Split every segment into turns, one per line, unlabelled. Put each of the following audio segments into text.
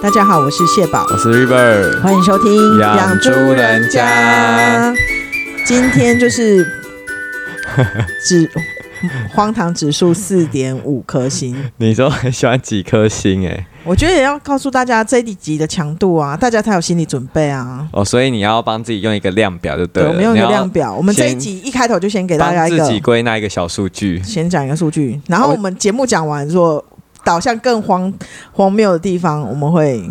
大家好，我是谢宝，
我 是 River，
欢迎收听《
养猪人家》。
今天就是 指荒唐指数四点五颗星，
你说很喜欢几颗星哎、
我觉得也要告诉大家这一集的强度啊，大家才有心理准备啊。
哦，所以你要帮自己用一个量表就对
对，
了，
我们用一
你
个
要
量表，我们这一
先
集一开头就先给大家
帮
一
自己
个，
归纳一个小数据。
先讲一个数据，然后
我
我们节目讲完说导向更荒荒谬的地方，我们会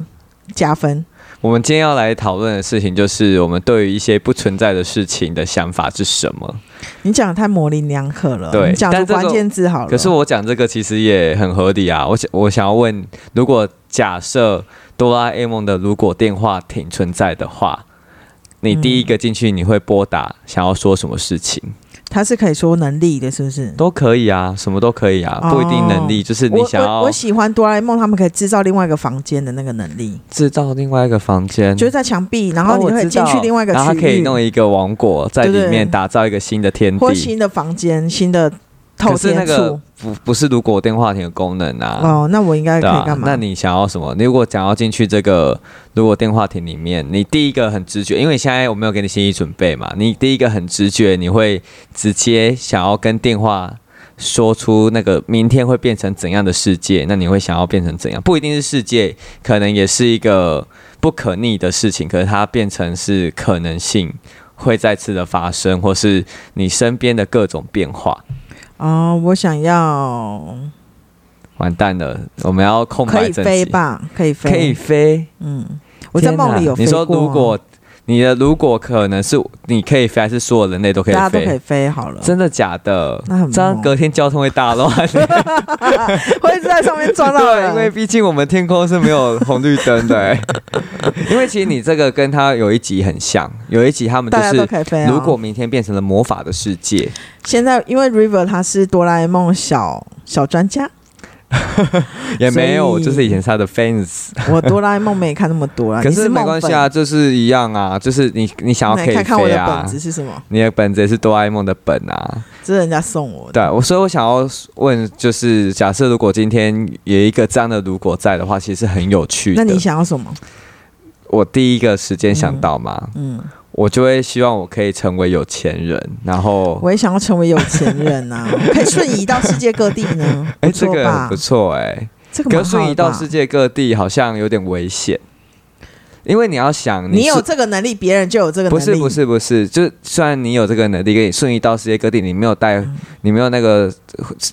加分。
我们今天要来讨论的事情就是我们对于一些不存在的事情的想法是什么。
你讲的太模棱两可了，
对
你讲出
但这个
关键字好了。
可是我讲这个其实也很合理啊。我想我想要问，如果假设哆啦 A 梦的如果电话亭存在的话，你第一个进去你会拨打想要说什么事情？
嗯他是可以说能力的，是不是？
都可以啊，什么都可以啊，不一定能力，就是你
哦我
想
我
要
我喜欢哆啦 A 梦，他们可以制造另外一个房间的那个能力，
制造另外一个房间，
就是在墙壁，然后
嗯哦
你
我
可以
知
进去
道
另外一个
然后它可
区
以
域，
弄一个王国在
对对
里面，打造一个新的天
或
地。
新的房间、新的透
可是那
天
个
处。
不不是如果电话亭的功能啊，
哦，那我应该可
对
以
啊
干。嘛？
那你想要什么？你如果想要进去这个如果电话亭里面，你第一个很直觉，因为现在我没有给你心理准备嘛，你第一个很直觉，你会直接想要跟电话。说出那个明天会变成怎样的世界，那你会想要变成怎样？不一定是世界，可能也是一个不可逆的事情，可是它变成是可能性会再次的发生，或是你身边的各种变化。
哦，我想要
完蛋了，我们要空
可
白
以
整
飞
集？
吧？可以飞，
可以飞，
嗯，我在梦里有飞
天哪
过啊
你说如果你的如果可能是你可以飞，还是所有人类都可以
大家都
飞？
可以飞好了，
真的假的？
那很
这样
猛哦
隔天交通会大 乱。
会在上面撞到
对，因为
人。
毕竟我们天空是没有红绿灯 的、欸。因为其实你这个跟他有一集很像，有一集他们就
大家都
是。
可以飞啊！
如果明天变成了魔法的世界，
现在因为 River 他是哆啦 A 梦小小专家，
也没有，
所以
就是以前是他的 fans，
我哆啦 A 梦没看那么多啦，
可
你是
是没
梦
关系
粉
啊，就是一样啊，就是你你想要
那
可
你
以
看看我
飞
的
啊
本，子是什么？
你的本子也是哆啦 A 梦的本啊，
这是人家送我的。
对，我所以我想要问，就是假设如果今天有一个这样的如果在的话，其实是很有趣的。
那你想要什么？
我第一个时间想到嘛，
嗯，
我就会希望我可以成为有钱人，然后
我也想要成为有钱人 啊，可以瞬移到世界各地呢，
哎、
不
这
错
个
吧
很不？错哎、
这个
可
蛮
是
好
瞬
的
移到
吧。
世界各地好像有点危险，因为你要想
你
是
有这个能力，别人就有这个能力。
不是不，是不是，就是虽然你有这个能力，可以瞬移到世界各地，你没有带，
嗯
你没有那个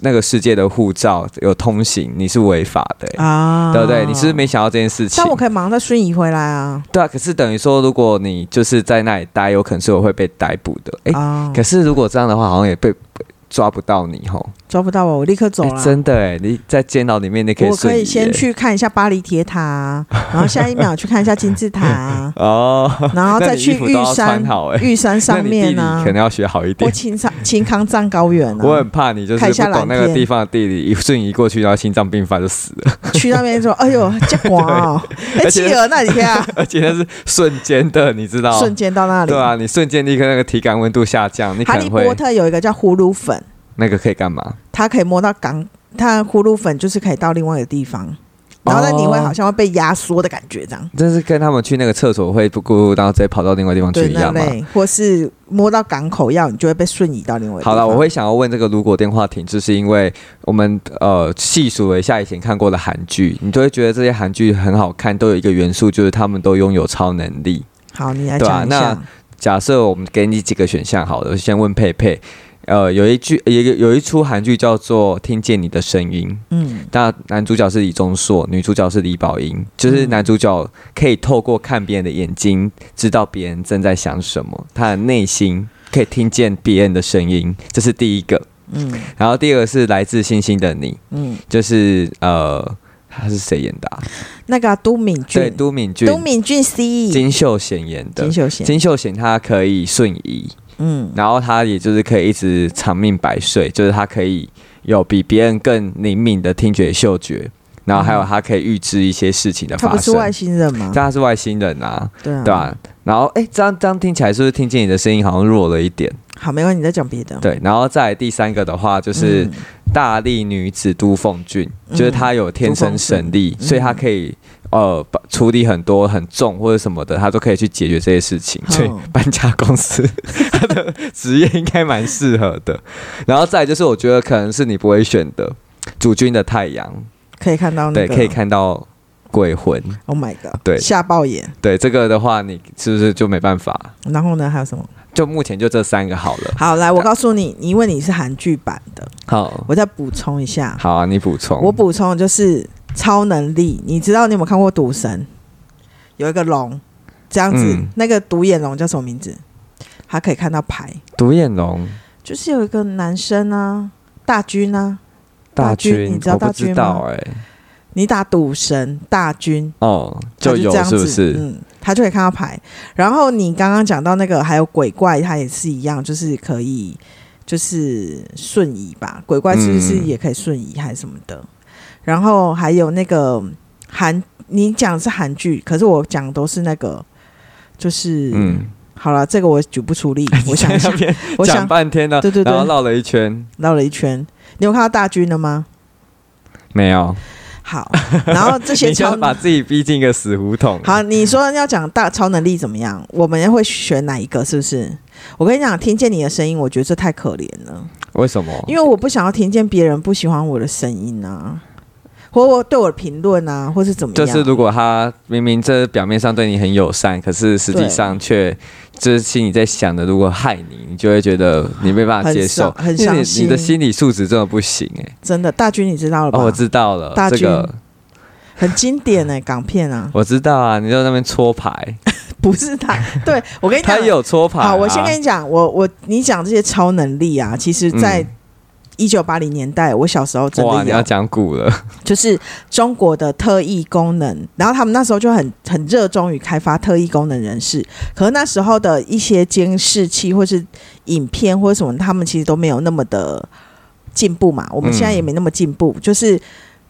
那个世界的护照有通行，你是违法的、欸
啊，
对不对？你是不是没想到这件事情
但？我可以马上再瞬移回来啊。
对啊，可是等于说，如果你就是在那里待，有可能是我会被逮捕的。哎、
啊，
可是如果这样的话，好像也被被抓不到你吼。
抓不到我，我立刻走
哎
了。
真的哎、你在监牢里面，你可以
我可
瞬
以
移
先
耶，
去看一下巴黎铁塔啊，然后下一秒去看一下金字塔啊
哦，
然后
那
再
你
去
衣服
玉
都要
山
穿好哎、
玉山
那
上
你地
面
理
啊
可，能要学好一
或
点。
青藏青康藏高原啊。
我很怕你就是
看一下
不懂那个
蓝天
地方的地理，一瞬移过去，然后心脏病发就死 了，
去那边说：“哎呦，这广哦， 哎，
而且
企鹅那里天 啊，
而且那是瞬间的，你知道？
瞬间到那里。
对啊，你瞬间立刻那个体感温度下降，你可
哈利
能
波
会
特有一个叫呼噜粉，
那个可以干嘛？
它可以摸到港，它的呼噜粉就是可以到另外一个地方，然后但你会好像会被压缩的感觉，这样。
这是跟他们去那个厕所会不咕咕，然后直接跑到另外地方去
对
哦一
那
样吗？
类，或是摸到港口药，你就会被瞬移到另外一个地
好
方。
了，我会想要问这个如果电话亭，就是因为我们呃细数了一下以前看过的韩剧，你都会觉得这些韩剧很好看，都有一个元素就是他们都拥有超能力。
好，你来
对啊
讲一
那
下。
假设我们给你几个选项，好了，我先问佩佩。呃，有一句，有一个有一出韩剧叫做《听见你的声音》，
嗯，
那男主角是李钟硕，女主角是李宝英，
嗯
就是男主角可以透过看别人的眼睛，知道别人正在想什么，他的内心可以听见别人的声音，这是第一个。
嗯
然后第二个是来自星星的你，
嗯，
就是呃，他是谁演的、啊？
那个啊都敏
对，
俊，
都敏俊、
都敏俊 C，
金秀贤演的
金。秀贤，
金秀贤他可以瞬移，
嗯
然后他也就是可以一直长命百岁，就是他可以有比别人更灵敏的听觉、嗅觉，然后还有他可以预知一些事情的
他
发
不是
生。
外星人吗？
但他是外星人啊，
对啊，
对吧、然后哎，这样这样听起来是不是听见你的声音好像弱了一点？
好，没关系，你再讲别的。
对，然后再来第三个的话就是
嗯
大力女子都奉俊，就是她有天生神力，
嗯
所以她可以呃把处理很多很重或者什么的，他都可以去解决这些事情。
嗯
所以搬家公司 他的职业应该蛮适合的。然后再来就是，我觉得可能是你不会选的，主君的太阳，
可以看到那
对，
个，
可以看到鬼魂，
Oh my god，
对
吓爆眼。
对这个的话，你是不是就没办法？
然后呢，还有什么？
就目前就这三个好了。
好，来，我告诉你，因为你是韩剧版的，
好，
我再补充一下。
好啊，你补充。
我补充的就是超能力，你知道你有没有看过《赌神》？有一个龙，这样子，
嗯
那个独眼龙叫什么名字？他可以看到牌，
独眼龙
就是有一个男生啊，大军啊，大军
军
你知，道
我不
大军
知道
吗
哎、
你打赌神大军
哦，
他就
有
这样
是
子，
不是？
嗯，他就可以看到牌。然后你刚刚讲到那个还有鬼怪，它也是一样，就是可以就是瞬移吧，鬼怪是不是
嗯
也可以瞬移还是什么的？然后还有那个韩，你讲是韩剧，可是我讲都是那个就是、
嗯，
好了，这个我举不出 力，我想一下
在那，边
我
讲
想
半天了，
对对对
然后绕了一圈，
绕了一圈。你有看到大军了吗？
没有，
好，然后这 些
你就
超
是把自己逼进一个死胡同。
好，你说要讲大超能力怎么样？我们会选哪一个？是不是？我跟你讲，听见你的声音，我觉得这太可怜了，
为什么？
因为我不想要听见别人不喜欢我的声音啊，或我对我的评论啊，或是怎么
就
样？
是如果他明明这表面上对你很友善，可是实际上却就是心里在想的，如果害你，你就会觉得你没办法接受，
很伤很
因为
伤
你
心
你的心理素质真的不行哎、
真的，大军你知道了吧？
哦，我知道了，
大
这
军
个
很经典哎、港片啊，
我知道啊，你就在那边搓牌，
不是他，对我跟你讲
他，也有搓牌、啊。
哎好，我先跟你讲，我我你讲这些超能力啊，其实在
嗯
一九八零年代，我小时候真
哇，
的
你
有
要，讲古了，
就是中国的特异功能，然后他们那时候就很很热衷于开发特异功能人士，可是那时候的一些监视器或是影片或者什么，他们其实都没有那么的进步嘛，我们
嗯
现在也没那么进步，就是。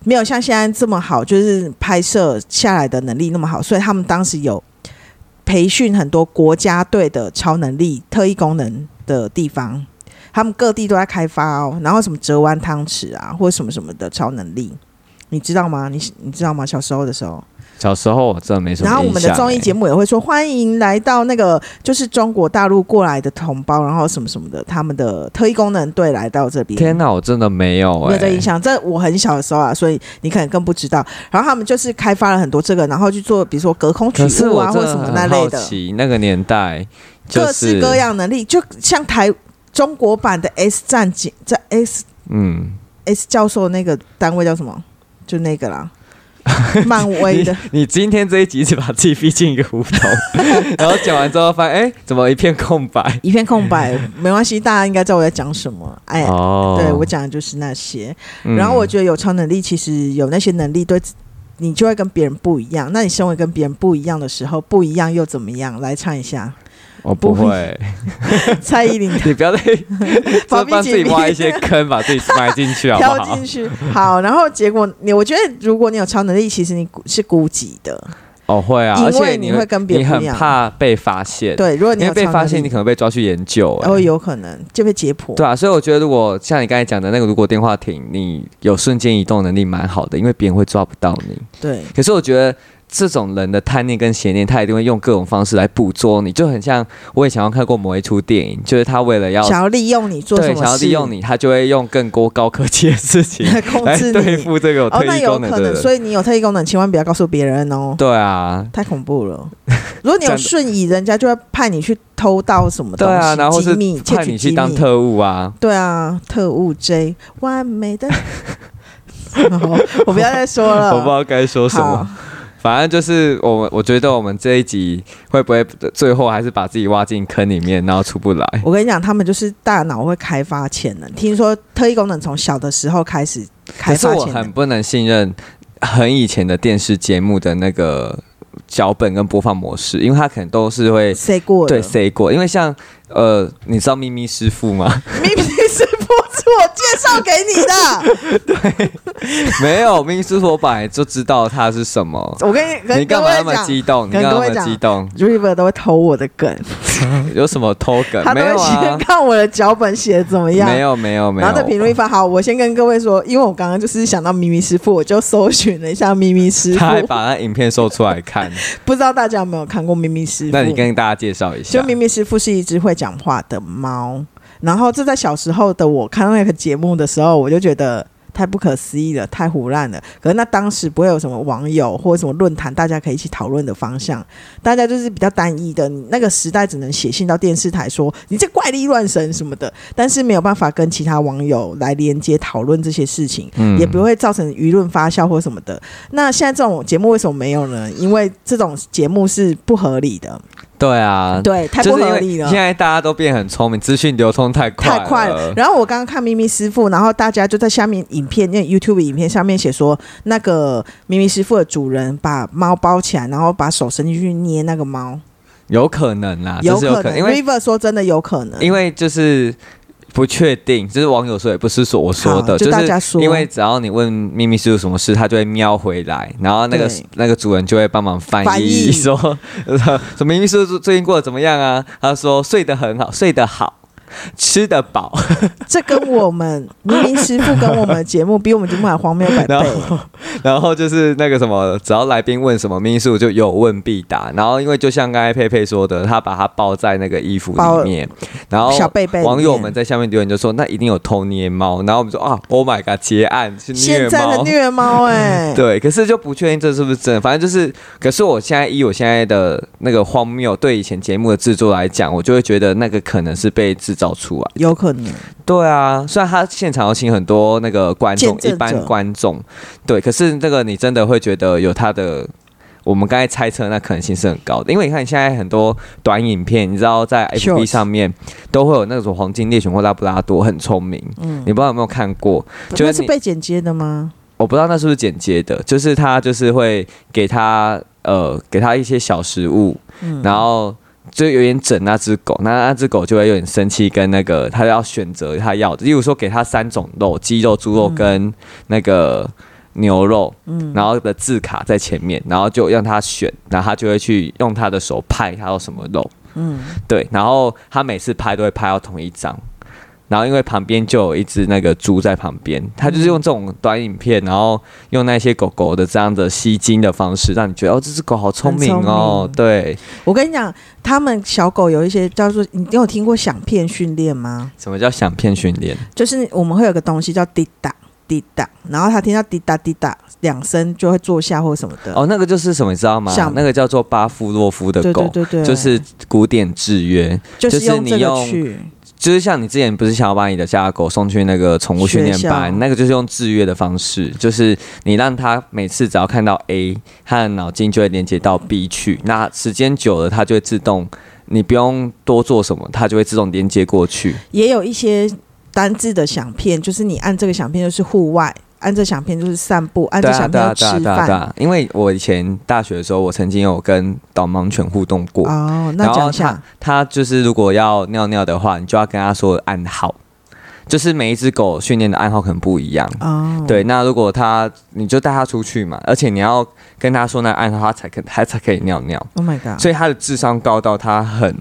没有像现在这么好，就是拍摄下来的能力那么好，所以他们当时有培训很多国家队的超能力、特异功能的地方，他们各地都在开发哦。然后什么折弯汤匙啊，或者什么什么的超能力，你知道吗？你你知道吗？小时候的时候，
小时候我真的没什么、哎欸
然后我们的综艺节
目，
目也会说，欢迎来到那个就是中国大陆过来的同胞，然后什么什么的，他们的特异功能队来到这边。
天哪，我真的没有哎、
没有这印象，这我很小的时候啊，所以你可能更不知道。然后他们就是开发了很多这个，然后去做，比如说隔空取
可是
物
我
啊，或
真
者什
的
么那
很
类
好
的。
奇，那个年代就
各
是
式各，样能力，就像台中国版的 S 战警，在 S
嗯，
S 教授那个单位叫什么？就那个 啦，漫威
你
的。
你今天这一集是把自己逼进一个 胡同，然后讲完之后发现，哎、怎么一片空白？
一片空 白，没关系，大家应该知道我在讲什么。哎，
哦
对我讲的就是那些。
嗯
然后我觉得有超能力，其实有那些能力对自。你就会跟别人不一样。那你身为跟别人不一样的时候，不一样又怎么样？来唱一下
我不
不
会，
蔡依林
你不要 再
保
就
密
帮自己
紧密
挖一些坑，把自己埋进去好不
飘
好
进？去。好，然后结果你，我觉得如果你有超能力，其实你是孤寂的。
哦，会啊，
因
而且
为
你
你会跟别
你
人不一
很
样
怕被发现，，
对，如果你
因为
有
被
超
发
能
现
力
你可能被抓去研究、哎
哦，有可能就被解剖。
对啊，所以我觉得，如果像你刚才讲的那个，如果电话亭，你有瞬间移动能力蛮好的，因为别人会抓不到你。
对
可是我觉得这种人的贪念跟邪念，他一定会用各种方式来捕捉你，就很像我以前有看过某一出电影，就是他为了 要
想要利用你做什
对
么事，
想要利用你，他就会用更高高科技的事情
控
来
制
哎对
你。
付这个有
哦，
特
那
异
有
功能
可
的
能，
人。
所以你有特异功能，千万不要告诉别人哦，
对啊，
太恐怖了。如果你有
真的
瞬移，人家就会派你去偷盗什么东
对
西，
啊，然后
机
是
密，窃
派
取
你
机
去当
密。
特务啊，
对啊，特务 J，完美的。好我不要再说了，
我不知道该说什
嗯
么
好。
反正就是我们，我觉得我们这一集会不会最后还是把自己挖进坑里面，然后出不来？
我跟你讲，他们就是大脑会开发潜能。听说特异功能从小的时候开始开
可是
发
我
潜
很
能，
不能信任很以前的电视节目的那个脚本跟播放模式，因为它可能都是会
谁过了
对 say 过，因为像呃，你知道咪咪师傅吗？
明明是不知我介绍给你的。
没有秘书，我本来就知道它是什么。
我跟你
你
跟
干
各
嘛
位
那么
讲
激动？你
跟
干嘛
各位
那么
讲
激动？
，River 都会偷我的梗，
有什么偷梗？
他都
没有
会先
啊，
看我的脚本写的怎么样。
没有啊没有没有。
然后再评论一番。好，我先跟各位说，因为我刚刚就是想到咪咪师傅，我就搜寻了一下咪咪师傅
他，还把那影片搜出来看，
不知道大家有没有看过咪咪师傅？
那你跟大家介绍一
就
下。
咪咪师傅是一只会讲话的猫，然后这在小时候的我看到那个节目的时候，我就觉得太不可思议了，太胡乱了。可是那当时不会有什么网友或者什么论坛，大家可以一起讨论的方向，大家就是比较单一的。你那个时代只能写信到电视台说你这怪力乱神什么的，但是没有办法跟其他网友来连接讨论这些事情。
嗯
也不会造成舆论发酵或什么的。那现在这种节目为什么没有呢？因为这种节目是不合理的，
对啊，
对，太
就
不
是因
合
为
理了。
现在大家都变很聪明，资讯流通太快
太快了
了。。
然后我刚刚看咪咪师傅，然后大家就在下面影片，那 YouTube 影片下面写说，那个咪咪师傅的主人把猫包起来，然后把手伸进去捏那个猫，
有可能啦，啊这是有
可
可
能。
能，因为
River 说真的有可能，
因为就是不确定，就是网友说也不是说我说
好
的，
就大家
是
说
因为只要你问秘密师傅什么事，他就会喵回来，然后那个
对
那个主人就会帮忙翻译
翻译
说 说秘密师傅最近过得怎么样啊？他说睡得很好，睡得好。吃得饱，
这跟我们咪咪师傅跟我们的节目比我们节目还荒谬百倍
然。 后，然后就是那个什么，只要来宾问什么，秘密师傅就有问必答。然后，因为就像刚才佩佩说的，他把它包在那个衣服
包
里面，然后
小贝贝里面
网友们在下面留言就说：“那一定有偷捏猫。”然后我们说：“啊，Oh my god，结案是虐
现在的
猫。
虐猫哎、”
对，可是就不确定这是不是真的，反正就是，可是我现在以我现在的那个荒谬对以前节目的制作来讲，我就会觉得那个可能是被制造出来。
有可能，
对啊，虽然他现场有请很多那个观
见，
众
证
一
者
般观众，对，可是那个你真的会觉得有他的。我们刚才猜测那可能性是很高的，因为你看现在很多短影片，你知道在 FB
Shorts
上面都会有那种黄金猎犬或拉布拉多，很聪明。
嗯
你，不知道有没有看过？就是
那是
你
被剪接的吗？
我不知道那是不是剪接的，就是他就是会给他呃给他一些小食物，
嗯
然后就有点整那只狗，那那只狗就会有点生气，跟那个他要选择他要的，例如说给他三种肉，鸡肉、猪肉跟那个牛肉，嗯，然后的字卡在前面，然后就让他选，然后他就会去用他的手拍他要什么肉，
嗯，
对，然后他每次拍都会拍到同一张。然后因为旁边就有一只那个猪在旁边，他就是用这种短影片，然后用那些狗狗的这样的吸睛的方式，让你觉得哦，这只狗好聪明
很聪
哦，
明
对，
我跟你讲，他们小狗有一些叫做，你你有听过响片训练吗？
什么叫想骗训练？
就是我们会有个东西叫滴答滴答，然后它听到滴答滴答两声就会坐下或什么的。
哦，那个就是什么，你知道吗
想？
那个叫做巴夫洛夫的
呃对
狗，
对对对，
就是古典制约，
就是
是
用
你
这个
用
去，
就是像你之前不是想要把你的家狗送去那个宠物训练
学校
班，那个就是用制约的方式，就是你让它每次只要看到 A，它的脑筋就会连接到 B 去，那时间久了，它就会自动。你不用多做什么，它就会自动连接过去。
也有一些单字的响片，就是你按这个响片就是户外，按这响片就是散步，按
对
这
啊，
响
对
片
啊，
就
对啊，
吃
对啊，对
饭。
啊。因为我以前大学的时候，我曾经有跟导盲犬互动过。
哦，那
啊然后
讲
他
一下，
他就是如果要尿尿的话，你就要跟他说暗号，就是每一只狗训练的暗号可能不一样。
哦，
对，那如果他，你就带他出去嘛，而且你要跟他说那个暗号，他才可他才可以尿尿。
，Oh my god，
所以他的智商高到他很，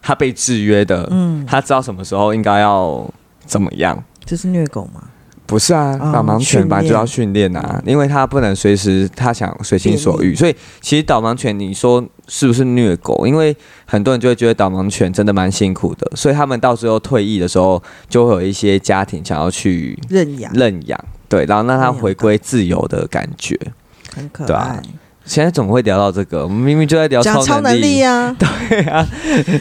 他被制约的，
嗯，
他知道什么时候应该要怎么样。
这是虐狗吗？
不是啊，
哦
导盲犬
训
本来就
练
要训练啊，因为它不能随时它想随心所欲，所以其实导盲犬你说是不是虐狗？因为很多人就会觉得导盲犬真的蛮辛苦的，所以他们到最后退役的时候，就会有一些家庭想要去
认养
认养，对，然后让它
认养
回归自由的感觉。
很可
对啊
爱，
现在怎么会聊到这个？我们明明就在聊
讲
超
超能力啊，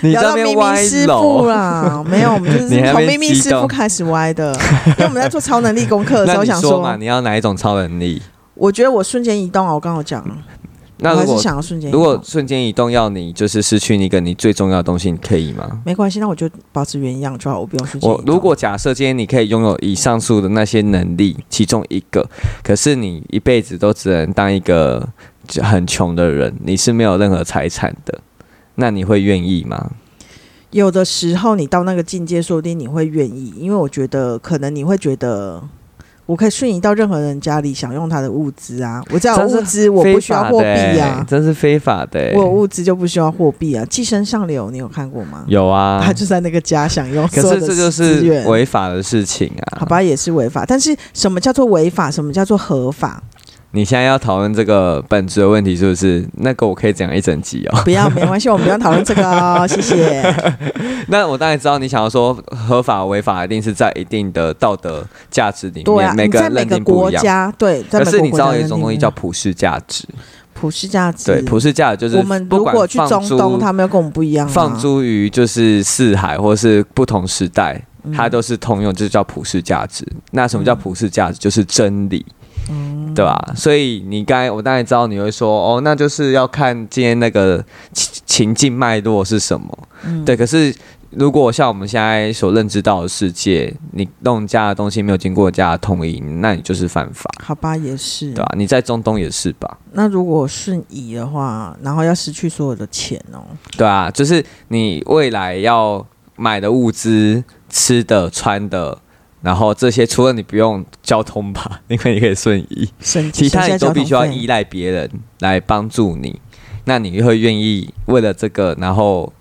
你
聊
这
到咪
边
咪
歪
师傅
楼。
啦，没有，我们就
你
是
还
从
没
咪咪
激
师傅
动
开始歪的，因为我们在做超能力功课的时
那
候，
你
想
说嘛，你要哪一种超能力？
我觉得我瞬间移动啊，我刚刚有讲，
那
我还
如
是
果
想要瞬间移
如
动。
果瞬间移动要你就是失去一个你最重要的东西，你可以吗？
没关系，那我就保持原样就好，我不用瞬间移
我
动。
如果假设今天你可以拥有以上述的那些能力其中一个，可是你一辈子都只能当一个就很穷的人，你是没有任何财产的，那你会愿意吗？
有的时候你到那个境界，说不定你会愿意，因为我觉得可能你会觉得。我可以瞬移到任何人家里，享用他的物资啊！我只要有物资，我不需要货币啊！
真是非法的、欸。
我有物资就不需要货币啊！寄生上流，你有看过吗？
有啊，
他就在那个家享用
可
所有
是
的
这就
资
是
源，
违法的事情啊！
好吧，也是违法。但是什么叫做违法？什么叫做合法？
你现在要讨论这个本质的问题，是不是？那个我可以讲一整集哦。
不要，没关系，我们不要讨论这个哦，谢谢。
那我当然知道你想要说合法违法，一定是在一定的道德价值里面，
对啊，
每
你
个
在
人
每
认
个
定不
国
一样。
家，对，在每
可
个
是你知
国家
道
的
有一种东西
那
叫
个
普世价值，
普世价值。
对，普世价值就是
我们
不
如
管
果去
放
中
诸
东，他们要跟我们不一样、啊。
放诸于就是四海或是不同时代，它都是通用，这叫普世价值。那什么叫普世价值？就是真理，对吧？所以你刚才我当然知道你会说哦，那就是要看今天那个情情境脉络是什么，对。可是如果像我们现在所认知到的世界，你弄人家的东西没有经过人家的同意，那你就是犯法，
好吧，也是。
对吧？啊你在中东也是吧？
那如果瞬移的话，然后要失去所有的钱哦，
对啊，就是你未来要买的物资、吃的、穿的，然后这些，除了你不用交通吧，因为你可以瞬移，
省
其他
省
你
下交通
都必须要
费
依赖别人来帮助你。那你会愿意为了这个，然后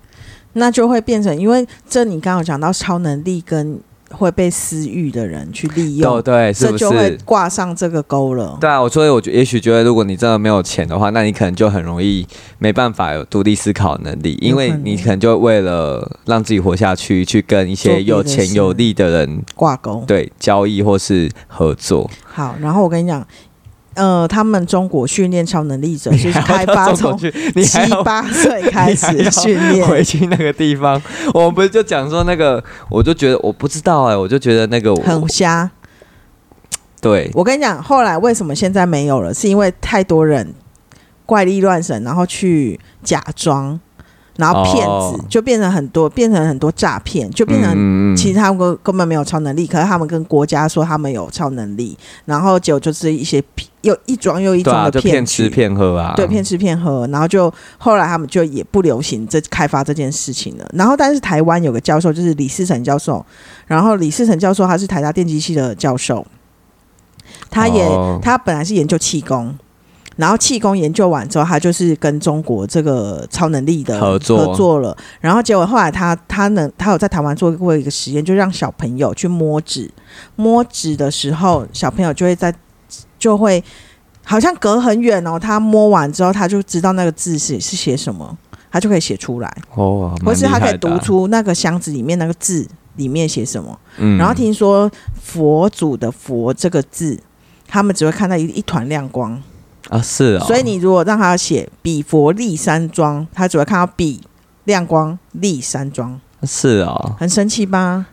那就会变成，因为这你刚刚有讲到超能力跟会被私欲的人去利
对
用，
对，是
这
不
就会
是？
挂上这个钩了。
对啊，我所以我觉也许觉得，如果你真的没有钱的话，那你可能就很容易没办法有独立思考能力，因为
有可能
你可能就为了让自己活下去，去跟一
做
些
别
有
的
钱
事
有利的人
挂钩。
对交易或是合作。
好，然后我跟你讲，呃，他们中国训练超能 力者就是开发从
去，你
七
还要
八岁开
你还
始
要
训练。
回去那个地方。我们不是就讲说那个，我就觉得我不知道哎、我就觉得那个我
很瞎，
对
我跟你讲，后来为什么现在没有了，是因为太多人怪力乱神，然后去假装，然后骗子、
哦
就变成很多，变成很多诈骗，就变成
嗯嗯
其实他们根根本没有超能力，可是他们跟国家说他们有超能力，然后结果就是一些骗又一桩又一
对啊，
桩
就
的
骗
局，
吃骗喝啊，
对骗吃骗喝，然后就后来他们就也不流行这开发这件事情了。然后但是台湾有个教授就是李世成教授，然后李世成教授他是台大电机系的教授，他也、
哦
他本来是研究气功。然后气功研究完之后，他就是跟中国这个超能力的
合作
合作了。然后结果后来他他能他有在台湾做过一个实验，就让小朋友去摸纸，摸纸的时候，小朋友就会在就会好像隔很远哦，他摸完之后他就知道那个字是是写什么，他就可以写出来，
哦，蛮
或是他
厉
可
害
以
的啊
读，出那个箱子里面那个字里面写什么。
嗯
然后听说佛祖的“佛”这个字，他们只会看到一一团亮光，
啊是哦，
所以你如果让他写“比佛利山庄”，他只会看到“比亮光利山庄”。
是哦，
很生气吧？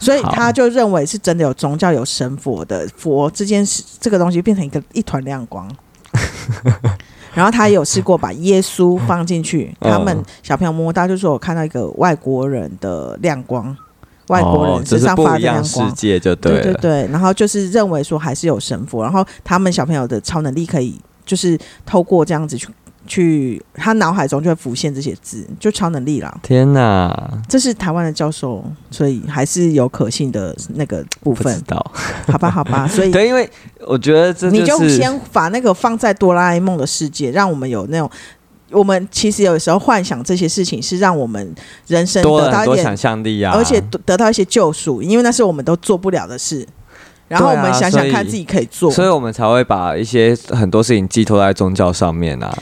所以
好
他就认为是真的有宗教有神佛的佛这件事，这个东西变成一个一团亮 光。然后他也有试过把耶稣放进去，
嗯
他们小朋友摸到就说我看到一个外国人的亮光，外国
哦
人
这
身
是
上
不
发的
一样
亮
世
光。
界就
对
了，
对对，然后就是认为说还是有神佛，然后他们小朋友的超能力可以就是透过这样子去去，他脑海中就会浮现这些字，就超能力啦。
天哪，
这是台湾的教授，所以还是有可信的那个部
不知
分，
道，
好吧，好 吧，所以。
对，因为我觉得这
你就是先把那个放在哆啦 A 梦的世界，让我们有那种，我们其实有时候幻想这些事情是让我们人生
多
得
了
到
很
一
多
点，
想象力啊，
而且得得到一些救赎，因为那是我们都做不了的事。然后
对
我
啊
们想想看
所以
自己可以做，
所以我们才会把一些很多事情寄托在宗教上面啊，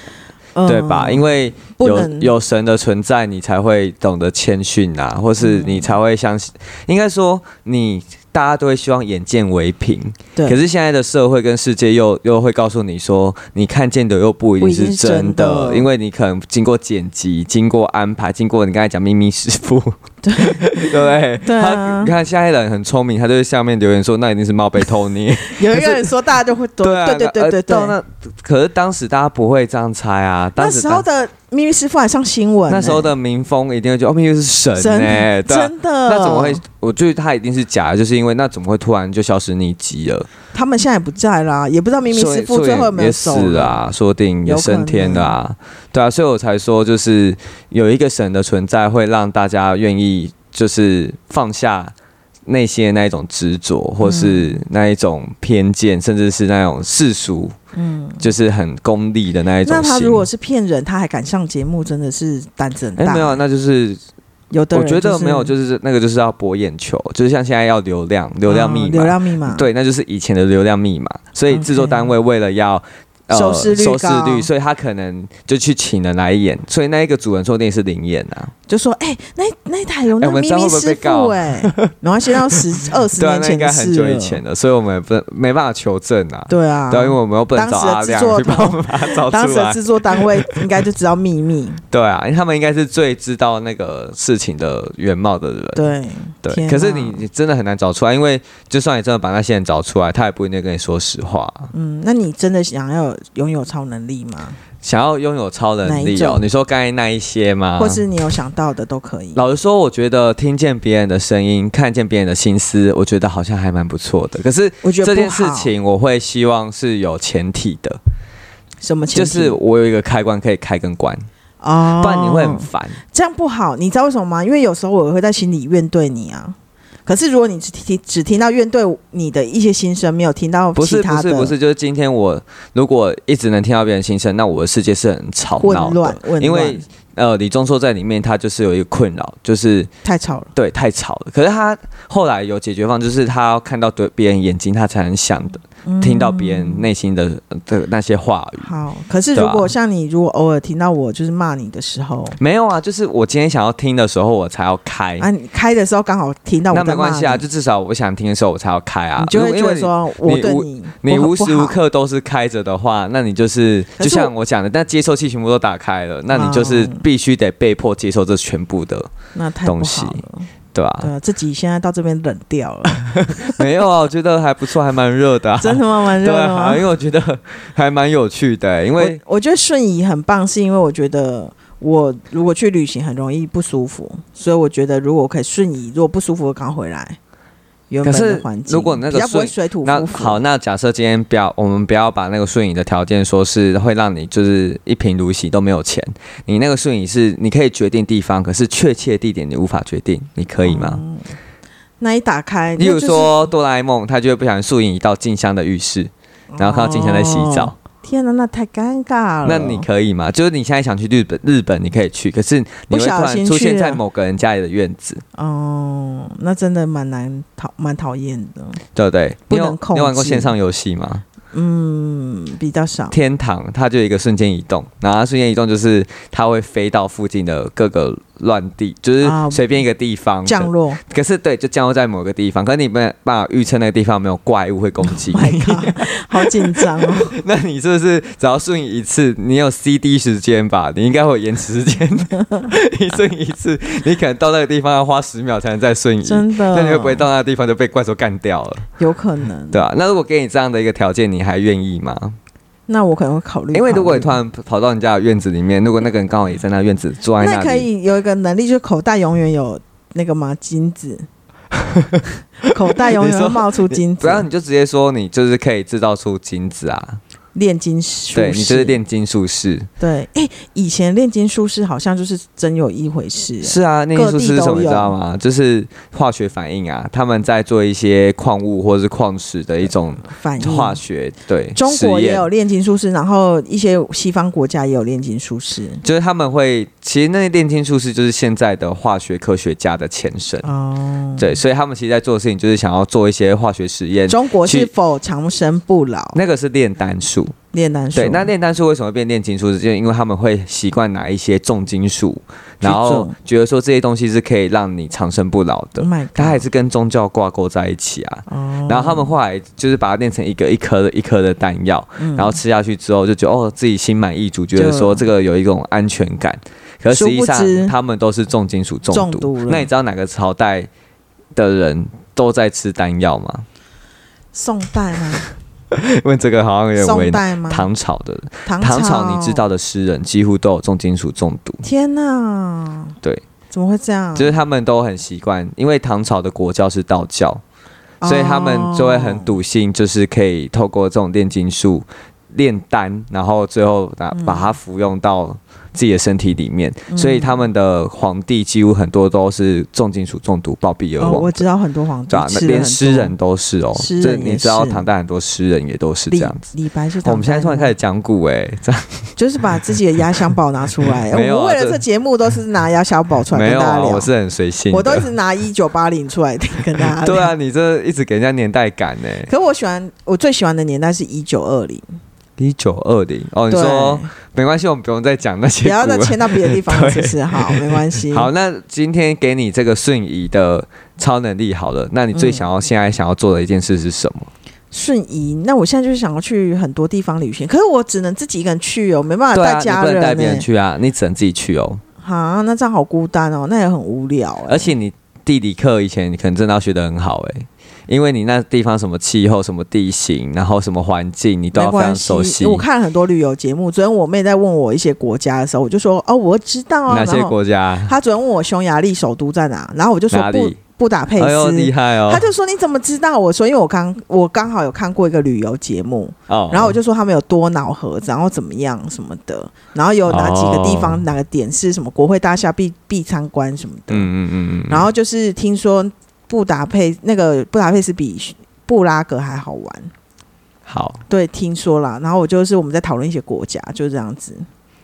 嗯
对吧？因为
不
有
能
有神的存在，你才会懂得谦逊啊，或是
嗯
你才会相信。应该说你。大家都会希望眼见为凭，
对
可是现在的社会跟世界又又会告诉你说，你看见的又不一定
不一
是
定是真
真的，
的
因为你可能经过剪辑、经过安排、经过你刚才讲秘密师 傅，对对不对？
对啊
他你看现在的人很聪明，他就在下面留言说，那一定是猫被偷捏。
有一个人说大家就会懂，
啊，
对对
呃
对对
到
对。
那可是当时大家不会这样猜啊，
那
当时
时候
大
的秘密师傅还上新闻呢，欸
那时候的民风一定会觉得哦，明明是神
真
哎、对啊、
真的，
那怎么会？我觉得他一定是假的，就是因为那怎么会突然就消失匿迹了？
他们现在也不在啦，也不知道明明
所以
师傅
所以
最后有没
也
有走
死啊，说不定也
有可
升天的啊，对啊，所以我才说就是有一个神的存在会让大家愿意就是放下内心的那一种执着，
嗯
或是那一种偏见，甚至是那种世俗，嗯，就是很功利的啊那一种
那
心。
他如果是骗人，他还敢上节目，真的是胆子很
哎、
大。
没有，那就是
有的
我
人、
觉
就
得
是、
没有，就是那个就是要博眼球，就是像现在要流量，流量密码，
嗯流量密码，
对，那就是以前的流量密码。所以制作
OK
单位为了要。呃
收视率
收视
高
率，所以他可能就去请人来演，所以那一个主人说不定是灵演啊，
就说哎、那那一台有
哎
那
我们
咪
这样
咪
会不会
师
被
傅
告啊
哎、然后先到 十二十
对
年
啊，那应
前的
该
事
很
了，
久以前的，所以我们也不能没办法求证啊，
对啊，
对啊，因为我们又不能找
当
阿
时的制
亮
作
去帮我们把他找
当
出
时的
来，
制作单位应该就知道秘 密，
对啊，因为他们应该是最知道那个事情的原貌的人，
对，天
对，
啊
可是你你真的很难找出来，因为就算你真的把那些人找出来，他也不一定跟你说实话啊、
嗯，那你真的想要拥有超能力吗？
想要拥有超能
哪一
力哦
种，
你说刚才那一些吗？
或是你有想到的都可以。
啊老实说，我觉得听见别人的声音，看见别人的心思，我觉得好像还蛮不错的。可是
我觉得
这件
不
事
好
情，我会希望是有前提的，
什么前
就
提？
是我有一个开关可以开跟关，
哦，
不然你会很烦。
这样不好。你知道为什么吗？因为有时候我会在心里怨对你啊。可是如果你只听只听到怨对你的一些心声，没有听到
不
其
是不
他的
是不是，就是今天我如果一直能听到别人心声，那我的世界是很吵闹
混乱
的，，
混
因
乱
为。呃，李钟硕在里面，他就是有一个困扰，就是
太吵了。
对太吵了。可是他后来有解决方案，就是他要看到对别人眼睛，他才能想的，
嗯
听到别人内心的的那些话语。
好，可是
对
如
啊
果像你，如果偶尔听到我就是骂你的时候，
没有啊，就是我今天想要听的时候，我才要开。
啊，你开的时候刚好听到我
哎那
在
没
骂
关
你，
系啊，就至少我想听的时候我才要开啊。
你就
如
会
果
觉得
因为
说我对
无
你
你
我很
无
不
时
好
无刻都是开着的话，那你就是
可
就是
我
像我讲的，那接收器全部都打开了，那你就是
嗯
必须得被迫接受这全部的，
那太
东
不
西
好了。
对吧、
对啊，自己现在到这边冷掉了，
没有啊，我觉得还不错，还蛮热的、啊，
真的吗？蛮
对
热的吗
啊，因？为我觉得还蛮有趣的、欸因为
我我觉得瞬移很棒，是因为我觉得我如果去旅行很容易不舒服，所以我觉得如果我可以瞬移，如果不舒服我赶快回来原本
可
的
是
环境，
如果那个
比较不会
瞬
水土
那
不服。
好，那假设今天不要，我们不要把那个瞬移的条件说是会让你就是一贫如洗都没有钱，你那个瞬移是你可以决定地方，可是确切地点你无法决定，你可以吗？
那一打开，
例
哦那
如
就是
说哆啦 A 梦，他就会不小心瞬移到静香的浴室，然后看到静香在洗
哦
澡，
天哪，那太尴尬了。
那你可以吗？就是你现在想去日本，日本你可以去，可是你
不
会
小
突
心
然出
去
现在
了
某个人家里的院子，
哦，那真的蛮难讨，蛮讨厌的。
对不对？
不
你有
能控
你有玩过
制
线上游戏吗？
嗯，比较少。
天堂，它就有一个瞬间移动，然后它瞬间移动就是它会飞到附近的各个乱地，就是
啊
随便一个地方
降
可
落
可是对，就降落在某个地方，可是你没有办法预测那个地方有没有怪物会攻 击。
，My God，好紧张哦。
那你是不是只要瞬移一次，你有 CD 时间吧？你应该会有延迟时间。 你瞬移一次，你可能到那个地方要花十秒才能再瞬移。
真的
那你会不会到那个地方就被怪兽干掉了？
有可能。
对啊，那如果给你这样的一个条件，你还愿意吗？
那我可能会考虑，
因为如果你突
考虑
然跑到人家的院子里面，如果那个人刚好也在那院子坐在那
那
里，
可以有一个能力，就是口袋永远有那个嘛金子， 口袋永远
你说
会冒出金
不
子，
要你就直接说你就是可以制造出金子啊，
炼金术士。
对你就是炼金术士，
对，哎、以前炼金术士好像就是真有一回事，
是啊，炼金术士是什
各地
么
都
你
有
知道吗？就是化学反应啊，他们在做一些矿物或是矿石的一种
反应。
化学对
中国
实
也
验
有炼金术士，然后一些西方国家也有炼金术士。
就是他们会，其实那些炼金术士就是现在的化学科学家的前身，
哦，
对，所以他们其实在做的事情就是想要做一些化学实验，
中国是
去
否长生不老？
那个是炼丹术，
炼丹术
对，那炼丹术为什么变炼金术？就是因为他们会习惯拿一些重金属，
去
然后
做
觉得说这些东西是可以让你长生不老的
Oh。my
它
God
还是跟宗教挂钩在一起啊。
哦
然后他们后来就是把它变成一个一颗的一颗的弹药，
嗯
然后吃下去之后就觉得哦自己心满意足，觉得说这个有一种安全感。可是实际
殊不知
上他们都是重金属中毒。
中毒了
那你知道哪个朝代的人都在吃丹药吗？
宋代吗？
问这个好像有点为
宋
难。
代吗？
唐朝的人
唐
唐
朝
朝你知？道的诗人几乎都有重金属中毒，
天哪！
对，
怎么会这样？
就是他们都很习惯，因为唐朝的国教是道教，所以他们就会
哦
很笃信，就是可以透过这种炼金术炼丹，然后最后把
嗯
把它服用到自己的身体里面。所以他
嗯
们的皇帝几乎很多都是重金属中毒暴毙而
哦，
亡。
我知道很多皇帝
对啊，那
吃了
连
很
诗
多
人都是哦，
诗
这
人也
你知道
是
唐代很多诗人也都是这
李
样子。哦
李白是
我们现在突
唐代
然
的
开始讲古哎、这样
就是把自己的压箱宝拿出来。
没有啊
我们为了
这
这节目都是拿压箱宝出来
没
跟
有
大家
啊，
聊，
我是很随性的。
我都一直拿一九八零出来听跟 大家聊。
对啊，你这一直给人家年代感呢、
可我喜欢我最喜欢的年代是一九二零，
一九二零哦，你
对，
说没关系，我们不用再讲那些
不要
古
再
了
迁到别的地方了，
对
其实好没关系。
好，那今天给你这个瞬移的超能力好了，那你最想要、现在想要做的一件事是什么？
瞬移，那我现在就是想要去很多地方旅行，可是我只能自己一个人去哦，没办法
对啊，
带
你
家
不能带
人
别人
呢。欸
去啊，你只能自己去哦。
啊，那这样好孤单哦，那也很无聊哎。
而且你地理课以前你可能真的要学得很好诶、因为你那地方什么气候、什么地形，然后什么环境，你都
没
要非常
关
熟
系，
悉。
我看了很多旅游节目。昨天我妹在问我一些国家的时候，我就说哦，我知道啊。
哪些
然后
国家？
他昨天问我匈牙利首都在哪，然后我就说
哪
布
里
布达佩斯。
哎呦，厉害哦！
他就说你怎么知道？我说因为我刚我刚好有看过一个旅游节目，
哦，
然后我就说他们有多脑盒子，然后怎么样什么的，然后有哪几个地方、
哦
哪个点是什么国会大厦必必参观什么的。
嗯嗯嗯嗯，
然后就是听说布达佩那个布达佩斯比布拉格还好玩，
好，
对，听说啦。然后我就是我们在讨论一些国家，就这样子，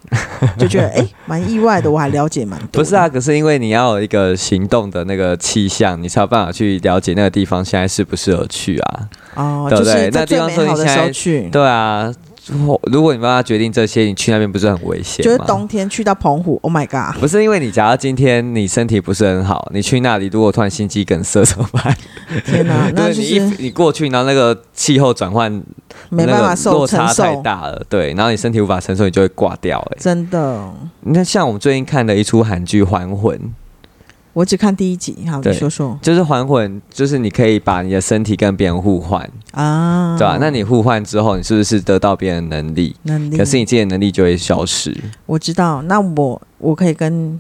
就觉得哎蛮、意外的，我还了解蛮多。
不是啊，，可是因为你要有一个行动的那个气象，你才有办法去了解那个地方现在适不适合去啊。
哦，
对
就
不对
是在
那
最
地方
美好的
说你
时
现
候
在
去。
对啊，如果你帮他决定这些，你去那边不是很危险
就
吗？
是冬天去到澎湖，Oh my god！
不是因为你，假如今天你身体不是很好，你去那里如果突然心肌梗塞怎么办？
天哪、啊那
对
就
你一
是
你过去，然后那个气候转换
没办
那
法
个
受
落
承
差太
受，
大了，对，然后你身体无法承受，你就会挂掉、欸。
真的。
那像我们最近看的一出韩剧《还魂》，
我只看第一集，好，你
对
说说
就是《还魂》，就是你可以把你的身体跟别人互换，
啊，
对吧、那你互换之后，你是不是得到别人的能力？
能力，
可是你自己的能力就会消 失。
我知道，那我我可以跟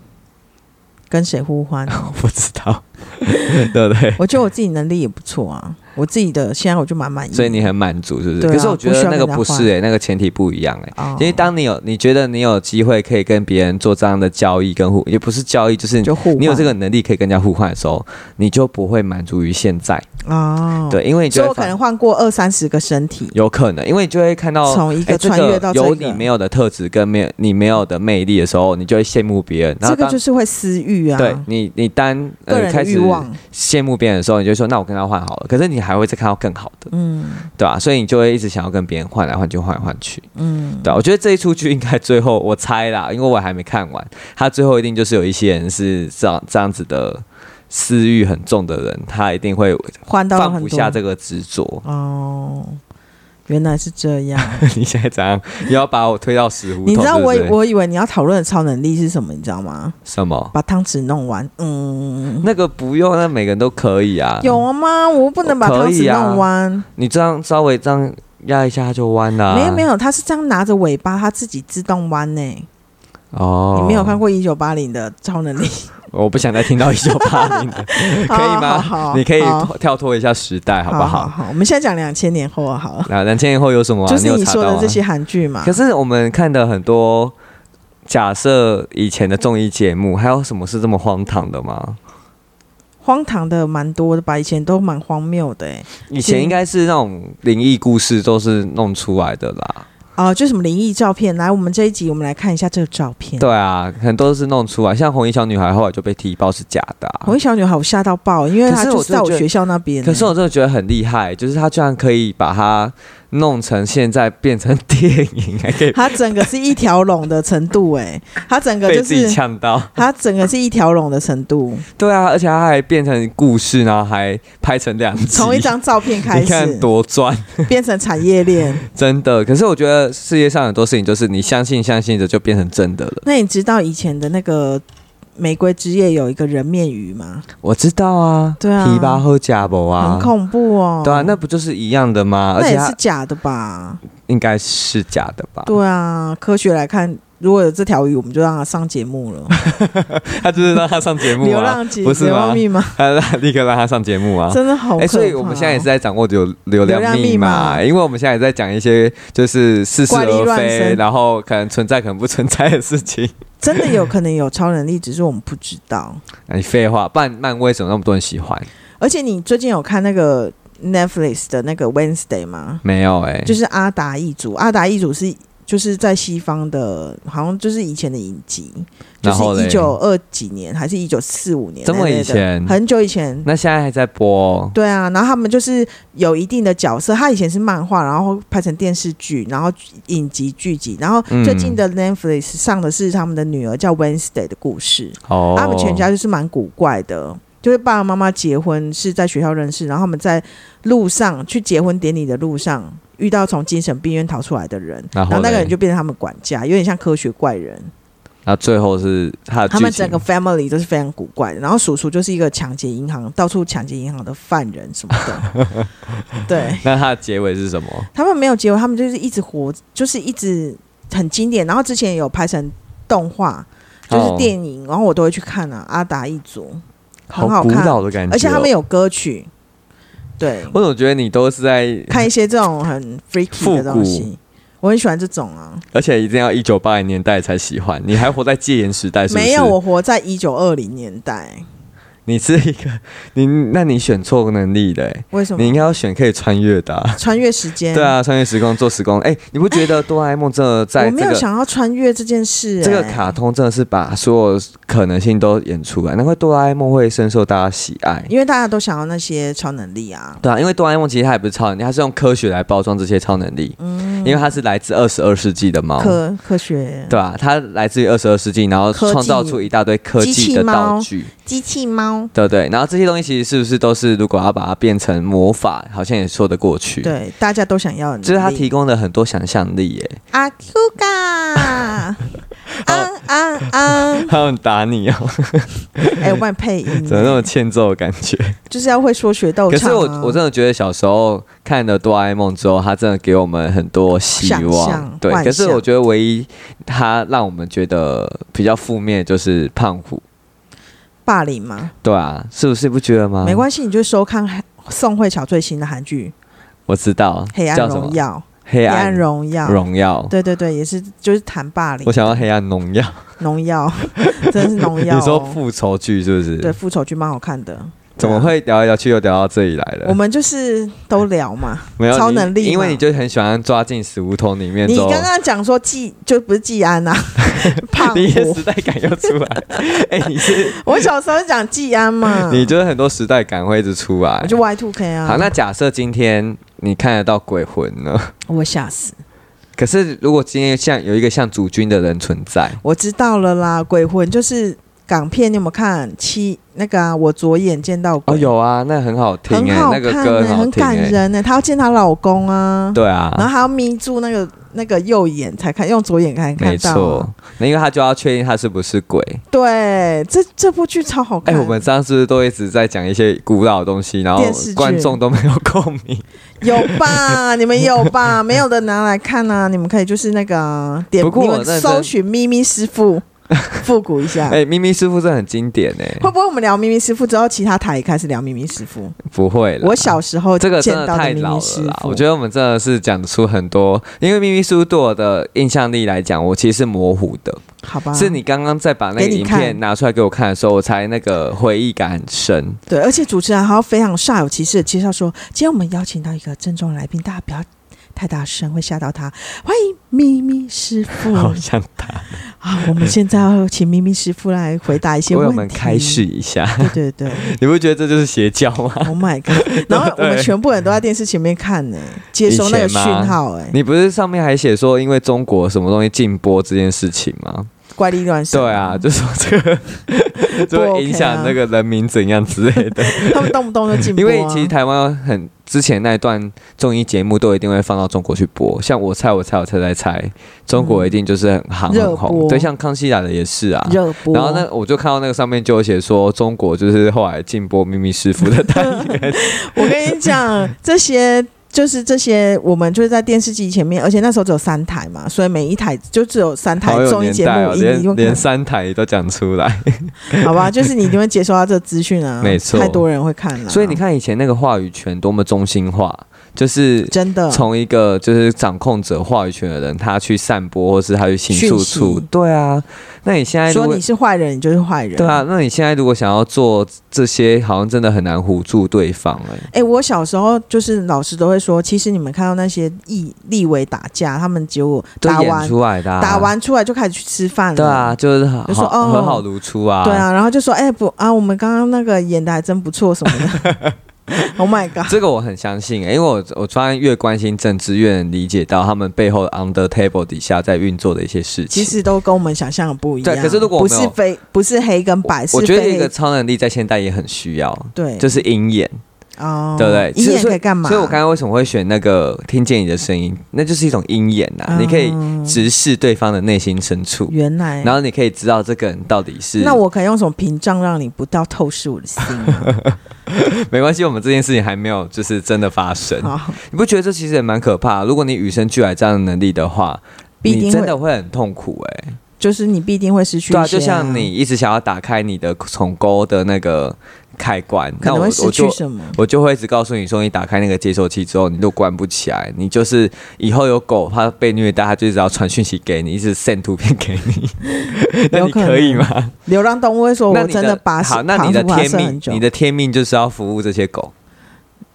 跟谁互 换？
我不知道，对不对？
我觉得我自己能力也不错啊，我自己的现在我就蛮满意。
所以你很满足，是不是？
对啊
可是我觉得那个不
不需要跟
是
人
哎、那个前提不一样哎、
哦
因为当你有你觉得你有机会可以跟别人做这样的交易跟互，也不是交易，就是
就互换
你有这个能力可以跟人家互换的时候，你就不会满足于现在。
哦，，
对，因为你就
所以
会
我可
发
能换过二三十个身体，
有可能，因为你就会看到
从一
哎
个穿越到
这
这
个有
个，
你没有的特质跟没有你没有的魅力的时候，你就会羡慕别人。然
这
后
个
当、
就是会私欲啊，
对你，你单
个
呃
人
开
的欲
始
望，
羡慕别人的时候，你就说那我跟他换好了。可是你还会再看到更好的，
嗯
对吧、所以你就会一直想要跟别人换来换去，换来换去。
嗯，
对、啊，我觉得这一出剧应该最后我猜啦，因为我还没看完，他最后一定就是有一些人是这样这样子的私欲很重的人，他一定会
换到了
放
很
不
多
下这个执着。
哦，原来是这样。
你现在怎样？你要把我推到死
嗯
胡同？
你知道我
对不对
我以为你要讨论的超能力是什么，你知道吗？
什么？
把汤匙弄完，嗯，
那个不用，那每个人都可以啊。
有啊吗？我不能把
可
汤匙
以啊
弄弯，
你这样稍微这样压一下它就弯了、
没有没
有
有，他是这样拿着尾巴，他自己自动弯呢、
哦，
你没有看过一九八零的超能力？
我不想再听到一九八零的， 可以
哦好好
吗？
好
你可以
好
脱跳脱一下时代，好不
好好
好？
好，我们现在讲两千年后啊，好了，
那两千年后有什么啊？
就是
有
你
查
说
到
的
吗
这些韩剧嘛
可。是我们看的很多，假设以前的综艺节目，还有什么是这么荒唐的吗？
荒唐的蛮多的吧，以前都蛮荒谬的、欸，
以前应该是那种灵异故事都是弄出来的啦。
啊、就什么灵异照片。来，我们这一集我们来看一下这个照片。
对啊，很多都是弄出来，像红衣小女孩后来就被踢爆是假的、啊。
我一小女孩，我吓到爆，因为
可
她
是
就
我
是在
真的
我
觉得
学校那边欸、
可是我真的觉得很厉害，就是她居然可以把它弄成现在变成电影，还可以
它整个是一条龙的程度、欸，哎，它整个
被
就
自己
是
呛到。
它整个是一条龙的程度，
对啊，而且它还变成故事，然后还拍成两集，
从一张照片开
你看
始
多赚。
变成产业链。
真的，可是我觉得世界上很多事情就是你相信相信着就变成真的了。
那你知道以前的那个玫瑰之夜有一个人面鱼吗？
我知道啊，
对啊
皮巴喝假不啊
很，恐怖哦。
对啊，那不就是一样的吗？而
那
且啊
也是
它
假的吧？
应该是假的吧？
对啊，科学来看，如果有这条鱼，我们就让它上节目了。
他就是让他上节目
流
啊，
浪节
不是
流
吗
浪？密码
他让立刻让他上节目啊。
真的好可
哎、
怕哦。
所以我们现在也是在掌握流流
流
量
量
密
密
码，
码
因为我们现在也在讲一些就是似是
怪力
而
乱
非，
神
然后可能存在可能不存在的事情。
真的有可能有超能力，只是我们不知道。
啊那你废话，漫漫威怎么那么多人喜欢？
而且你最近有看那个 Netflix 的那个 Wednesday 吗？
没有哎、
就是阿达一族，阿达一族是就是在西方的，好像就是以前的影集，就
然后
是
嘞
一九二几年还是一九四五年
这么
那类的，
以前
很久以前。
那现在还在播哦、
对啊，然后他们就是有一定的角色，他以前是漫画，然后拍成电视剧，然后影集剧集，然后
嗯
最近的 Netflix 上的是他们的女儿叫 Wednesday 的故事，
哦，
他们全家就是蛮古怪的，就是爸爸妈妈结婚是在学校认识，然后他们在路上去结婚典礼的路上遇到从精神病院逃出来的人，
然
然
后
后那个
嘞
人就变成他们管家，有点像科学怪人。
那最后是他的
他们
剧情
整个 family 都是非常古怪的，然后叔叔就是一个抢劫银行、到处抢劫银行的犯人什么的。 对
那他的结尾是什么？
他们没有结婚，他们就是一直活，就是一直很经典。然后之前也有拍成动画，
哦
就是电影，然后我都会去看啊，《阿达一族》。
好
很好
古
看
老的感觉哦、
而且他们有歌曲，对，
我总觉得你都是在，
看一些这种很 freaky 的东西，我很喜欢这种啊。
而且一定要一九八零年代才喜欢，你还活在戒严时代是不是？
没有，我活在一九二零年代，
你是一个你，那你选错能力的、欸，
为什
你应
么？
该要选可以穿越的啊、
穿越时间？
对，啊，穿越时空做时空，哎、你不觉得哆啦 A 梦真的在
我没
这
有
个？
想要穿越这件事、
这个
哎
卡，通真的是把所有可能性都演出来，难怪哆啦 A 梦会深受大家喜爱。
因为大家都想要那些超能力啊。
对啊，因为哆啦 A 梦其实它也不是超能力，它是用科学来包装这些超能力，因为它是来自二十二世纪的猫，
嗯科科学
对啊，它来自于二十二世纪，然后
科技
创造出一大堆科
机
技
器
的道
猫
具，
机器猫，
对不对？然后这些东西其实是不是都是，如果要把它变成魔法，好像也说得过去。，
对，大家都想要的能力。
就是它提供了很多想象力 耶。
阿啊 Q 嘎， 安
哦
安安，
他们打你哦，
啊哎，我帮你配音，
怎么那么欠揍的感觉？
就是要会说学逗
可
唱啊。
是我我真的觉得小时候看了哆啦 A 梦之后，它真的给我们很多希
想
望。
象
对，
幻
可是
想
我觉得唯一它让我们觉得比较负面的就是胖虎，
霸凌吗？
对啊，是不是不觉得吗？
没
系，
关系，你就收看韩宋慧乔最新的韩剧
我知道
《黑暗
叫什么
荣耀》。
黑
黑
暗
暗荣耀，
荣耀。
对对对，也是就是谈霸凌
我，想要黑暗荣耀，
农药， 真的是农药、
你说
哦。
复仇剧是不是？
对，复仇剧蛮好看的。
怎么会聊来聊去又聊到这里来了？
我们就是都聊 嘛。
没有你
超能力嘛
因为你就很喜欢抓进死胡同里面
你
之后。
刚刚讲说季就不是季安啊，胖
你的
虎
时。代感又出来，哎、你是
我小时候讲季安嘛，
你就是很多时代感会一直出来
嗯我。就 Y two K 啊。
好，那假设今天你看得到鬼魂呢？
我会吓死。
可是如果今天像有一个像主君的人存在，
我知道了啦，鬼魂就是港片，你有没有看？七那个、啊、我左眼见到鬼。
哦，有啊，那很好听
很
哎、
好
那个
看、欸，
歌很好
很
听
感
哎、
人呢、欸她要见她老公啊，
对啊，
然后还要眯住那个那个右眼才看，用左眼才看
没
到啊、
错，那因为他就要确定他是不是鬼。
对，这这部剧超好
哎、
看。
我们上次都一直在讲一些古老的东西，然后
嗯电视剧
观众都没有共 鸣。
有吧？ 你们有吧？没有的拿来看啊！你们可以就是那个啊点，
不过
你
我
们
认真
搜寻咪咪师 傅，复古一下。
哎、咪咪师傅是很经典 哎、
会不会我们聊咪咪师傅之后，其他台也开始聊咪咪师傅？
不会啦
我小时候
哎这个真
见
的
到
太
咪
老
咪
了
师
啦！
傅，
我觉得我们真的是讲出很多，因为咪咪叔对我的印象力来讲，我其实是模糊的。
得好吧，
是你刚刚在把那个
啊给你
影
看
片拿出来给我看的时候，我才那个回忆感很深。
对，而且主持人还要非常煞有其事的介绍说，今天我们邀请到一个郑重的来宾，大家不要太大声，会吓到他。欢迎咪咪师傅
好想打，
啊！我们现在要请咪咪师傅来回答一些
为
问
我
题。
们开示，一下，
对对对
你不觉得这就是邪教 吗？
，Oh my god！然 后我
对
们全部人都在电视前面看呢、接收那个讯号、哎，
你不是上面还写说，因为中国什么东西禁播这件事情吗？
怪力乱神。
对啊，，就说这个 就会影响那个人民怎样之类的。
他们动不啊动就进
因
步、啊。
为其实台湾很之前那一段综艺节目都一定会放到中国去播，像我猜我猜我猜猜猜，中国一定就是很行很
嗯热
红，
播
对，像康熙来了也是啊。
热播，
然后呢，我就看到那个上面就有写说，中国就是后来禁播秘密师傅的单元，
我跟你讲，这些就是这些，我们就是在电视机前面，而且那时候只有三台嘛，所以每一台就只有三 台
好有
综艺
年
节
代
目，
哦，
你你
连
有可
连三台都讲 出来。
能好吧？就是你一定会接收到这资讯啊，
没错
太多人会看了，啊
所以你看以前那个话语权多么中心化，就是
真的
从一个就是掌控者话语权的人，他去散播或是他去倾诉
讯息
处，对啊。那你现在如
说
果
你是坏人，你就是坏人，
对啊，那你现在如果想要做这些，好像真的很难唬住对方哎、
哎、我小时候就是老师都会说，其实你们看到那些立立委打架，他们结果
都
打
演
完、
出来的、啊，
打完出来就开始去吃饭了。
对啊，，就是好
就说哦
和好如初啊，
对，啊，然后就说哎、不啊，我们刚刚那个演的还真不错什么的。oh my god！
这个我很相信、欸，因为我我突然越关心政治，越能理解到他们背后 under table 底下在运作的一些事
其
情。
实都跟我们想象的不一样。
对可是如果我
不
没
是
有
非不是黑跟白，是
我觉得一
非
个
黑
超能力在现代也很需要，
对，
就是鹰眼，
哦，
对不对？
鹰
其实
眼
所
可以干嘛？
所以我刚刚为什么会选那个听见你的声音，那就是一种鹰眼呐、
嗯
你可以直视对方的内心深处，
原来，
然后你可以知道这个人到底是
那我可以用什么屏障让你不到透视我的心啊？
没关系，我们这件事情还没有就是真的发生。
好，
你不觉得这其实也蛮可怕的？如果你与生俱来这样的能力的话，
必定
你真的
会
会很痛苦哎、
就是你必定会失去一些、
对啊，就像你，一直想要打开你的宠钩的那个开关，
可
那
能
我
会失
我
去
就
什么？
我就会一直告诉你说，你打开那个接收器之后，你都关不起来，你就是以后有狗它被虐待，它就只要传讯息给你，一直 send 图片给 你，那
有
你
可能
可以吗？
流浪动物会说：“
那
我
你
真的跋涉，
好，那你的
扛负跋
天
涉很
命，
久
你的天命就是要服务这些狗，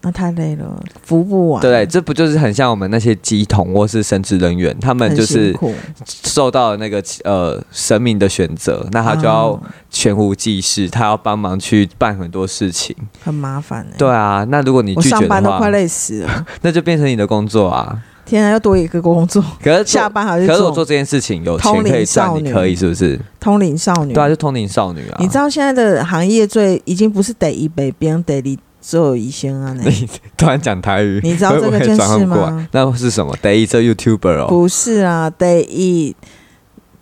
那太累了，服不完，
对不对？这不就是很像我们那些鸡童或是神职人员，他们
很
就
辛
是
苦，
受到了那个呃神明的选择，那他就要
哦
全无济事，他要帮忙去办很多事情。
很麻烦欸
对啊，那如果你
我
拒
上
绝
班
的
都
话
快，累死了，
那就变成你的工作啊。
天啊，又多一个工 作，
可是做
下班还
可是我
做
做这件事情有钱
通灵
可以赚，
少
你
女
可以是不是？
通灵少女。
对啊，就通灵少女啊。
你知道现在的行业最已经不是得一北边得里只有一仙啊 呢？
你突然讲台语，
你知道
会
这
不
个
会
件
转换
事
不过来
吗？
那是什么？得意这 YouTuber 哦，
不是啊，得一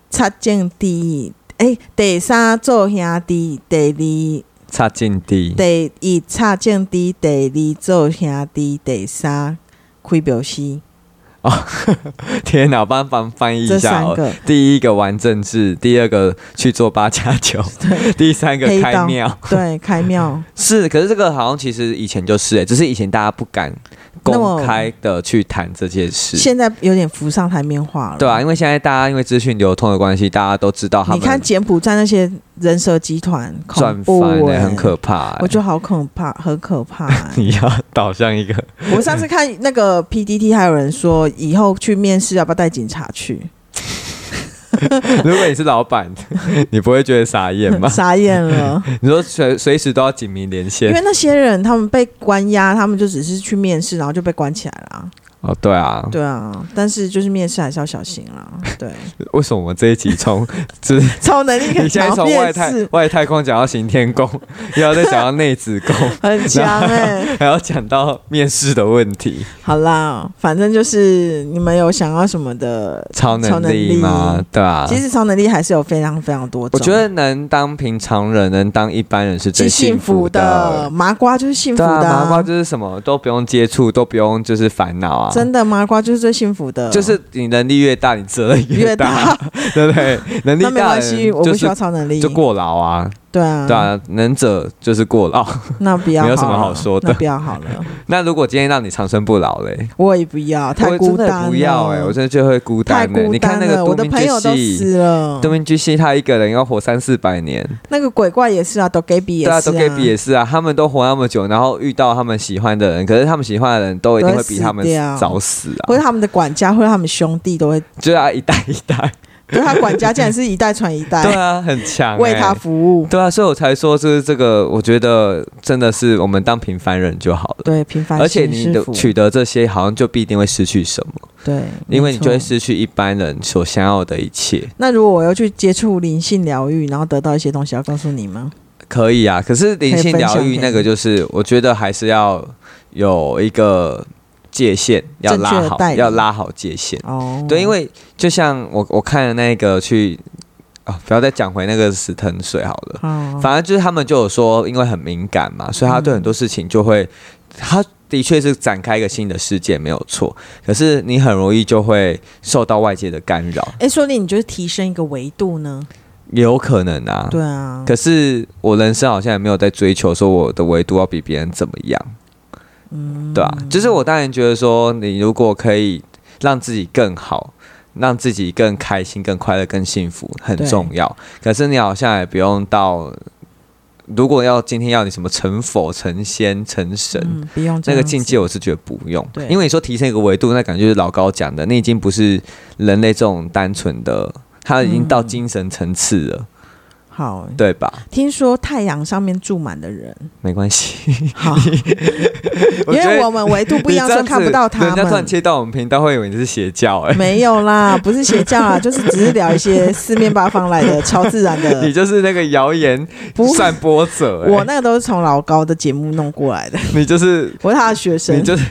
插进第哎，第三做兄弟，第二
差劲低。
第一插进第，第二做兄弟，第三开表示
天哪，我帮帮翻译一
这
下
三
哦。
个。
第一个玩政治，第二个去做八加九，第三个
黑
开
道
庙。
对，开 庙
是，可是这个好像其实以前就是、欸，只是以前大家不敢
那么
公开的去谈这件事，
现在有点浮上台面化了。
对啊，因为现在大家因为资讯流通的关系，大家都知道他
你看
们
柬埔寨那些人蛇集团，恐
赚
怖、
翻欸
欸，
很可怕、欸。
我觉得好可 怕，很可怕、欸。
你要导向一个，
我上次看那个 PDT，还有人说以后去面试要不要带警察去，？
如果你是老板， 你不会觉得傻眼吗
傻眼 了。
你说随随时都要警民连
因为
线
那些人他们被关押，他们就只是去面试，然后就被关起来了啊。
哦，对啊，
对啊，但是就是面试还是要小心啦。 对，
为什么我们这一集 从就是
超能力可
你
以
现在
讲到
从外
面
太
试，
外太空讲到行天宫， 又要再讲 到内子宫，
很强哎、
还要讲到面试的问题？
好啦，反正就是你们有想要什么的，超
超能
能
力
力
吗？对啊，
其实超能力还是有非常非常多
我
种。
觉得能当平常人，能当一般人是
是
最
幸
福
福的，。麻瓜就是幸福
对
的
啊，
啊、
麻瓜就是什么都不用接触，都不用就是烦恼啊。
真的麻瓜就是最幸福的，
就是你能 力越大，你责任
越
大，
大
对不对？能力
那没
大
关
的
系，
人
我
就
不需
是
要超能力，
就过劳啊，
对啊，
对，啊，能者就是过劳。
那不要好了，
没有什么好说的
那不要好 了，
那如果今天让你长生不老嘞，
我也不要，啊太
我
孤
真的
单了，
不要哎，我真的就会孤
太
单欸
孤
你看
单
那个
了，我
东
的
明
朋友
居
都
西，
死了，
东明居西他一个人要活三四百年，
那个鬼怪也是啊，都给比也是
对啊，都 gay 比也是啊，他们都活那么久，然后遇到他们喜欢的人，可是他们喜欢的人都一定会比他们
都会死掉
早死
或
啊，
者他们的管家，或者他们兄弟都会，
就是啊，一代一代，
对他管家竟然是一代传一代，
对啊，很强、欸，
哎为他服务，
对啊，所以我才说，就是这个，我觉得真的是我们当平凡人就好了。
对平凡，
而且你的
福，
取得这些，好像就必定会失去什么，
对，
因为
没
你
错
就会失去一般人所想要的一切。
那如果我要去接触灵性疗愈，然后得到一些东西，要告诉你吗？
可以啊，可是灵
可以
性
分享
疗愈
给
那个，就是我觉得还是要有一个界限，要
正确
拉
的
好，
带领
要拉好界限。
哦，
对，因为就像我我看的那个去啊、不要再讲回那个死藤水好了。
哦，
反正就是他们就有说，因为很敏感嘛，所以他对很多事情就会，他的确是展开一个新的世界，没有错。可是你很容易就会受到外界的干扰，
哎，说不定你就是提升一个维度呢。
也有可能啊。
对啊，
可是我人生好像也没有在追求说我的维度要比别人怎么样，嗯，对啊，就是我当然觉得说，你如果可以让自己更好，让自己更开心、更快乐、更幸福，很
对
重要。可是你好像也不用到，如果要今天要你什么成佛、成仙、成神，
嗯，不用这
那个
样子
境界，我是觉得不用，
对
因为你说提升一个维度，那感觉就是老高讲的，那已经不是人类这种单纯的，它已经到
嗯
精神层次了，
好，
对吧？
听说太阳上面住满了 人，
没关 系，
好，
我
因
觉
为
得
我们维度不一样，
你这
所以
样子
看不到他
人家突然
们。
切到我们频道，会以为你是邪教、哎，
没有啦，不是邪教 啦，就是只是聊一些四面八方来的超自然
你
的。
就是那个谣言
嗯不
散播者、哎
我那个都是从老高的节目弄过来的，
你就是。
我是他的学生，
你就是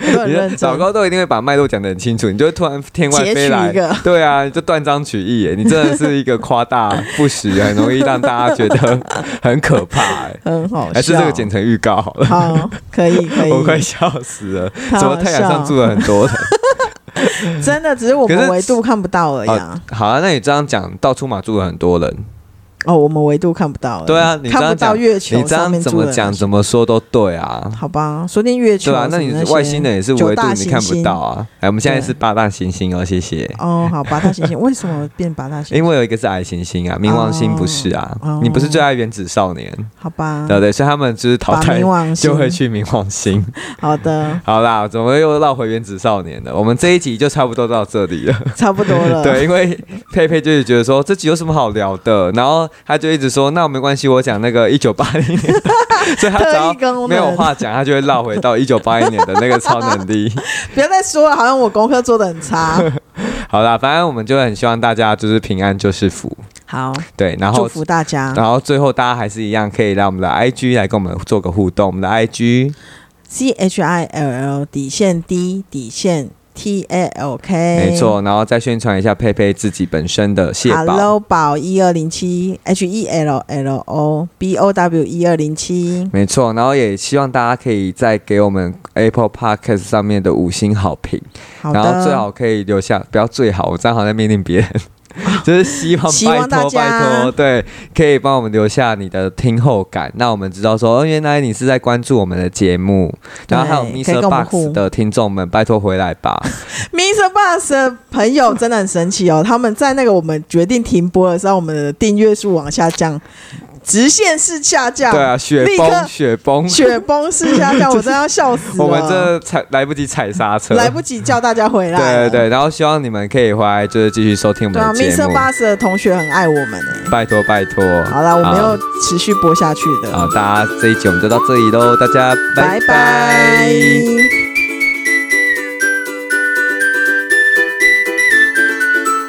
我都很
你
认
就
真。
老高都一定会把脉络讲得很清楚，你就会突然天外
截取
飞来
一个，
对啊，你就断章取义哎耶，你真的是一个夸大不实，哎很容易让大家觉得很可怕哎。
很好笑，
还是这个剪成预告好了，
好，可以可以，
我快笑死了。
好
怎么太阳上住了很多人？
真的只是我
可
们
是
维度看不到而已啊。
好啊，那你这样讲，到出马住了很多人，
哦，我们维度看不到而已，
对啊你这样
看不到
讲
月
你
球
这
上
样
面
怎
住
么
的
讲
人。
怎么说都对啊。
好吧，说不定月球
对啊，那
什么
你
那些
外星人也是
九
维
大
度，你
行
看不
星
到啊。哎，我们现在
对
是八大行星哦，谢谢。
哦，好，八大行星为什么变八大行星？
因为有一个是矮行星啊，冥王星不是啊，
哦
你不是最爱原子少年，
好吧，
对不对？所以他们就是淘
把
汰
冥王星
就会去冥王星。
好的，
好啦，怎么又绕回原子少年了？我们这一集就差不多到这里了。
差不多了。
对，因为佩佩就是觉得说这集有什么好聊的，然后他就一直说那没关系，我讲那个一九八零 年，所以他只
特
要
异功能，
没有话讲，他就会绕回 到一九八一年的那个超能力。
不要再说了，好像我功课做的很 差。
好啦，反正我们就很希望大家就是平安就是福，
好，
对，然
祝
后。
福大家
然后最后，大家还是一样可以让我们的 IG 来跟我们做个互动。我们的 IG
，C H I L L 底线 D 底线 T A L K，
没错，然后再宣传一下佩佩自己本身的蟹堡，
Hello 宝一二零七 H E L L O B O W 一二零七，
没错。然后也希望大家可以再给我们 Apple Podcast 上面的五星好评。
好
然后最
的，
好可以留下，不要最好，我正好在命令别人， 就是希望
啊希
拜
望大
托拜
家
托，对，可以帮我们留下你的听后感，那我们知道说，哦，原来你是在关注我们的节目，然后还有
对可以跟
Mr.
我们
Box
互
的听众们，拜托回来 吧，
Mr. Bus 的朋友真的很神奇哦，他们在那个我们决定停播的时候，我们的订阅数往下降，直线式下降，
对啊，雪
立刻
崩雪崩，
雪崩式下 降，我真的要笑死了，
我们这踩来不及踩刹车，
来不及叫大家回来，
对对对，然后希望你们可以回来，就是继续收听我
对
们
啊
的节
，Mr.
目，
Bus 的同学很爱我们哎，
拜托拜托，
好啦，我们又持续播下去的，
好，大家这一集我们就到这里喽，大家
拜
拜
拜